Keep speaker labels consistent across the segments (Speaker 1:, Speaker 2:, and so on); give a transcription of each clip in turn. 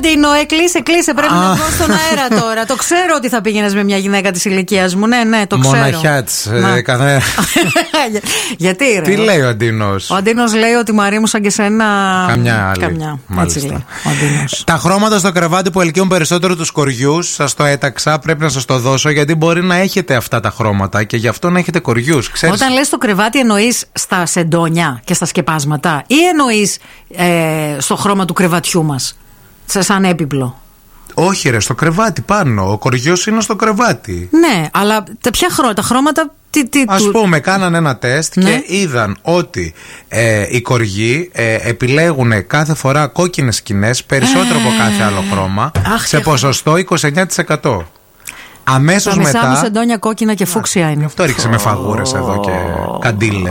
Speaker 1: Ντίνο, ε, κλείσε, κλείσε. Πρέπει να βγω στον αέρα τώρα. το ξέρω ότι θα πήγαινες με μια γυναίκα της ηλικίας μου. Ναι, ναι, το ξέρω.
Speaker 2: Μοναχιά της.
Speaker 1: Να.
Speaker 2: Κανένα.
Speaker 1: Γιατί ρε.
Speaker 2: Τι λέει ο Αντίνος.
Speaker 1: Ο Αντίνος λέει ότι Μαρή μου σαν και σένα.
Speaker 2: Καμιά άλλη.
Speaker 1: Καμιά.
Speaker 2: Μάλιστα.
Speaker 1: Έτσι λέει ο Αντίνος.
Speaker 2: Τα χρώματα στο κρεβάτι που ελκύουν περισσότερο τους κοριούς, σας το έταξα. Πρέπει να σας το δώσω γιατί μπορεί να έχετε αυτά τα χρώματα και γι' αυτό να έχετε κοριούς. Ξέρεις,
Speaker 1: Όταν λες το κρεβάτι εννοείς στα σεντόνια και στα σκεπάσματα ή εννοείς ε, στο χρώμα του κρεβατιού μας, σε σαν έπιπλο.
Speaker 2: Όχι, ρε, στο κρεβάτι πάνω. Ο κοριός είναι στο κρεβάτι.
Speaker 1: Ναι, αλλά τα ποια χρώματα, τα χρώματα τι, τι,
Speaker 2: Ας
Speaker 1: του-
Speaker 2: πούμε, κάνανε ένα τεστ
Speaker 1: Ναι.
Speaker 2: και είδαν ότι ε, οι κοριοί ε, επιλέγουν κάθε φορά κόκκινες σκηνές περισσότερο από κάθε άλλο χρώμα
Speaker 1: αχ,
Speaker 2: σε
Speaker 1: έχω-
Speaker 2: ποσοστό 29%. Αμέσως
Speaker 1: τα μισά μου
Speaker 2: μετά.
Speaker 1: σεντόνια κόκκινα και φούξια
Speaker 2: Γι'
Speaker 1: είναι.
Speaker 2: αυτό ρίξε με φαγούρες εδώ και καντήλε.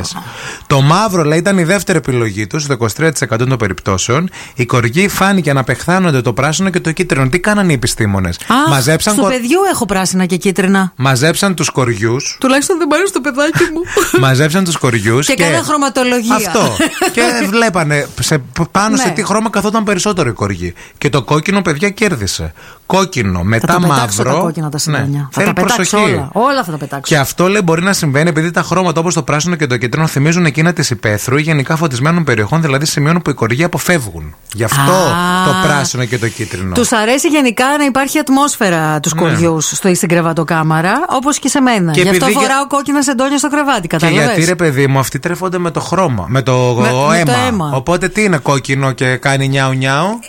Speaker 2: Το μαύρο, λέει, ήταν η δεύτερη επιλογή τους, στο 23% των περιπτώσεων. Οι κοριοί φάνηκε να πεχθάνονται το πράσινο και το κίτρινο. Τι κάνανε οι επιστήμονες.
Speaker 1: Α,
Speaker 2: Μαζέψαν,
Speaker 1: στο
Speaker 2: κορ-
Speaker 1: παιδιού έχω πράσινα και κίτρινα.
Speaker 2: μαζέψαν τους κοριούς.
Speaker 1: Τουλάχιστον δεν πάρει στο παιδάκι μου.
Speaker 2: Μαζέψαν τους κοριούς.
Speaker 1: Και κάναν χρωματολογία.
Speaker 2: Αυτό. και βλέπανε σε, πάνω σε
Speaker 1: Ναι.
Speaker 2: τι χρώμα καθόταν περισσότερο οι κοριοί. Και το κόκκινο, παιδιά, κέρδισε. Κόκκινο, μετά
Speaker 1: τα πετάξω
Speaker 2: Ε, μαύρο. Ναι.
Speaker 1: τα κόκκινα τα σεντόνια. Θα
Speaker 2: Θέλει
Speaker 1: τα πετάξω
Speaker 2: προσοχή.
Speaker 1: όλα. Όλα θα τα πετάξω.
Speaker 2: Και αυτό λέει μπορεί να συμβαίνει επειδή τα χρώματα όπως το πράσινο και το κίτρινο θυμίζουν εκείνα τη υπαίθρου ή γενικά φωτισμένων περιοχών, δηλαδή σημείων που οι κοριοί αποφεύγουν. Γι' αυτό
Speaker 1: Α,
Speaker 2: το πράσινο και το κίτρινο.
Speaker 1: Τους αρέσει γενικά να υπάρχει ατμόσφαιρα τους κοριούς στο, στην κρεβατοκάμαρα, όπως και σε μένα.
Speaker 2: Ναι. Και
Speaker 1: Γι' αυτό
Speaker 2: επειδή και-
Speaker 1: φοράω κόκκινα σεντόνια στο κρεβάτι,
Speaker 2: Και
Speaker 1: κατάλαβες.
Speaker 2: γιατί ρε παιδί μου, αυτοί τρέφονται με το χρώμα, με το,
Speaker 1: Με-
Speaker 2: ο-
Speaker 1: με το
Speaker 2: αίμα.
Speaker 1: αίμα.
Speaker 2: Οπότε τι είναι κόκκινο και κάνει νιάου νιάου.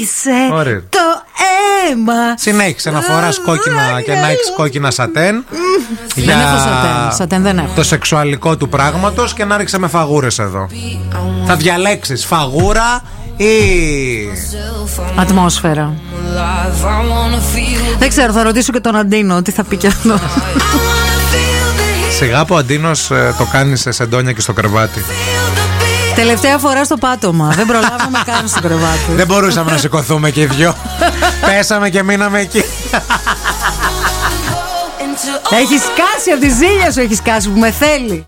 Speaker 1: Είσαι
Speaker 2: Ωραία.
Speaker 1: το αίμα.
Speaker 2: Συνέχισε να φοράς κόκκινα και να έχεις κόκκινα σατέν.
Speaker 1: Δεν έχω σατέν. Σατέν δεν έχω.
Speaker 2: Το σεξουαλικό του πράγματος και να ρίξε με φαγούρες εδώ. Θα διαλέξεις φαγούρα ή.
Speaker 1: Ατμόσφαιρα. Δεν ξέρω, θα ρωτήσω και τον Αντίνο τι θα πει κι αυτό.
Speaker 2: Σιγά που ο Αντίνος το κάνει σε σεντόνια και στο κρεβάτι.
Speaker 1: Τελευταία φορά στο πάτωμα. Δεν προλάβαμε καν στο κρεβάτι.
Speaker 2: Δεν μπορούσαμε να σηκωθούμε και οι δυο. Πέσαμε και μείναμε εκεί.
Speaker 1: Έχεις σκάσει από τη ζήλια σου, έχεις σκάσει που με θέλει.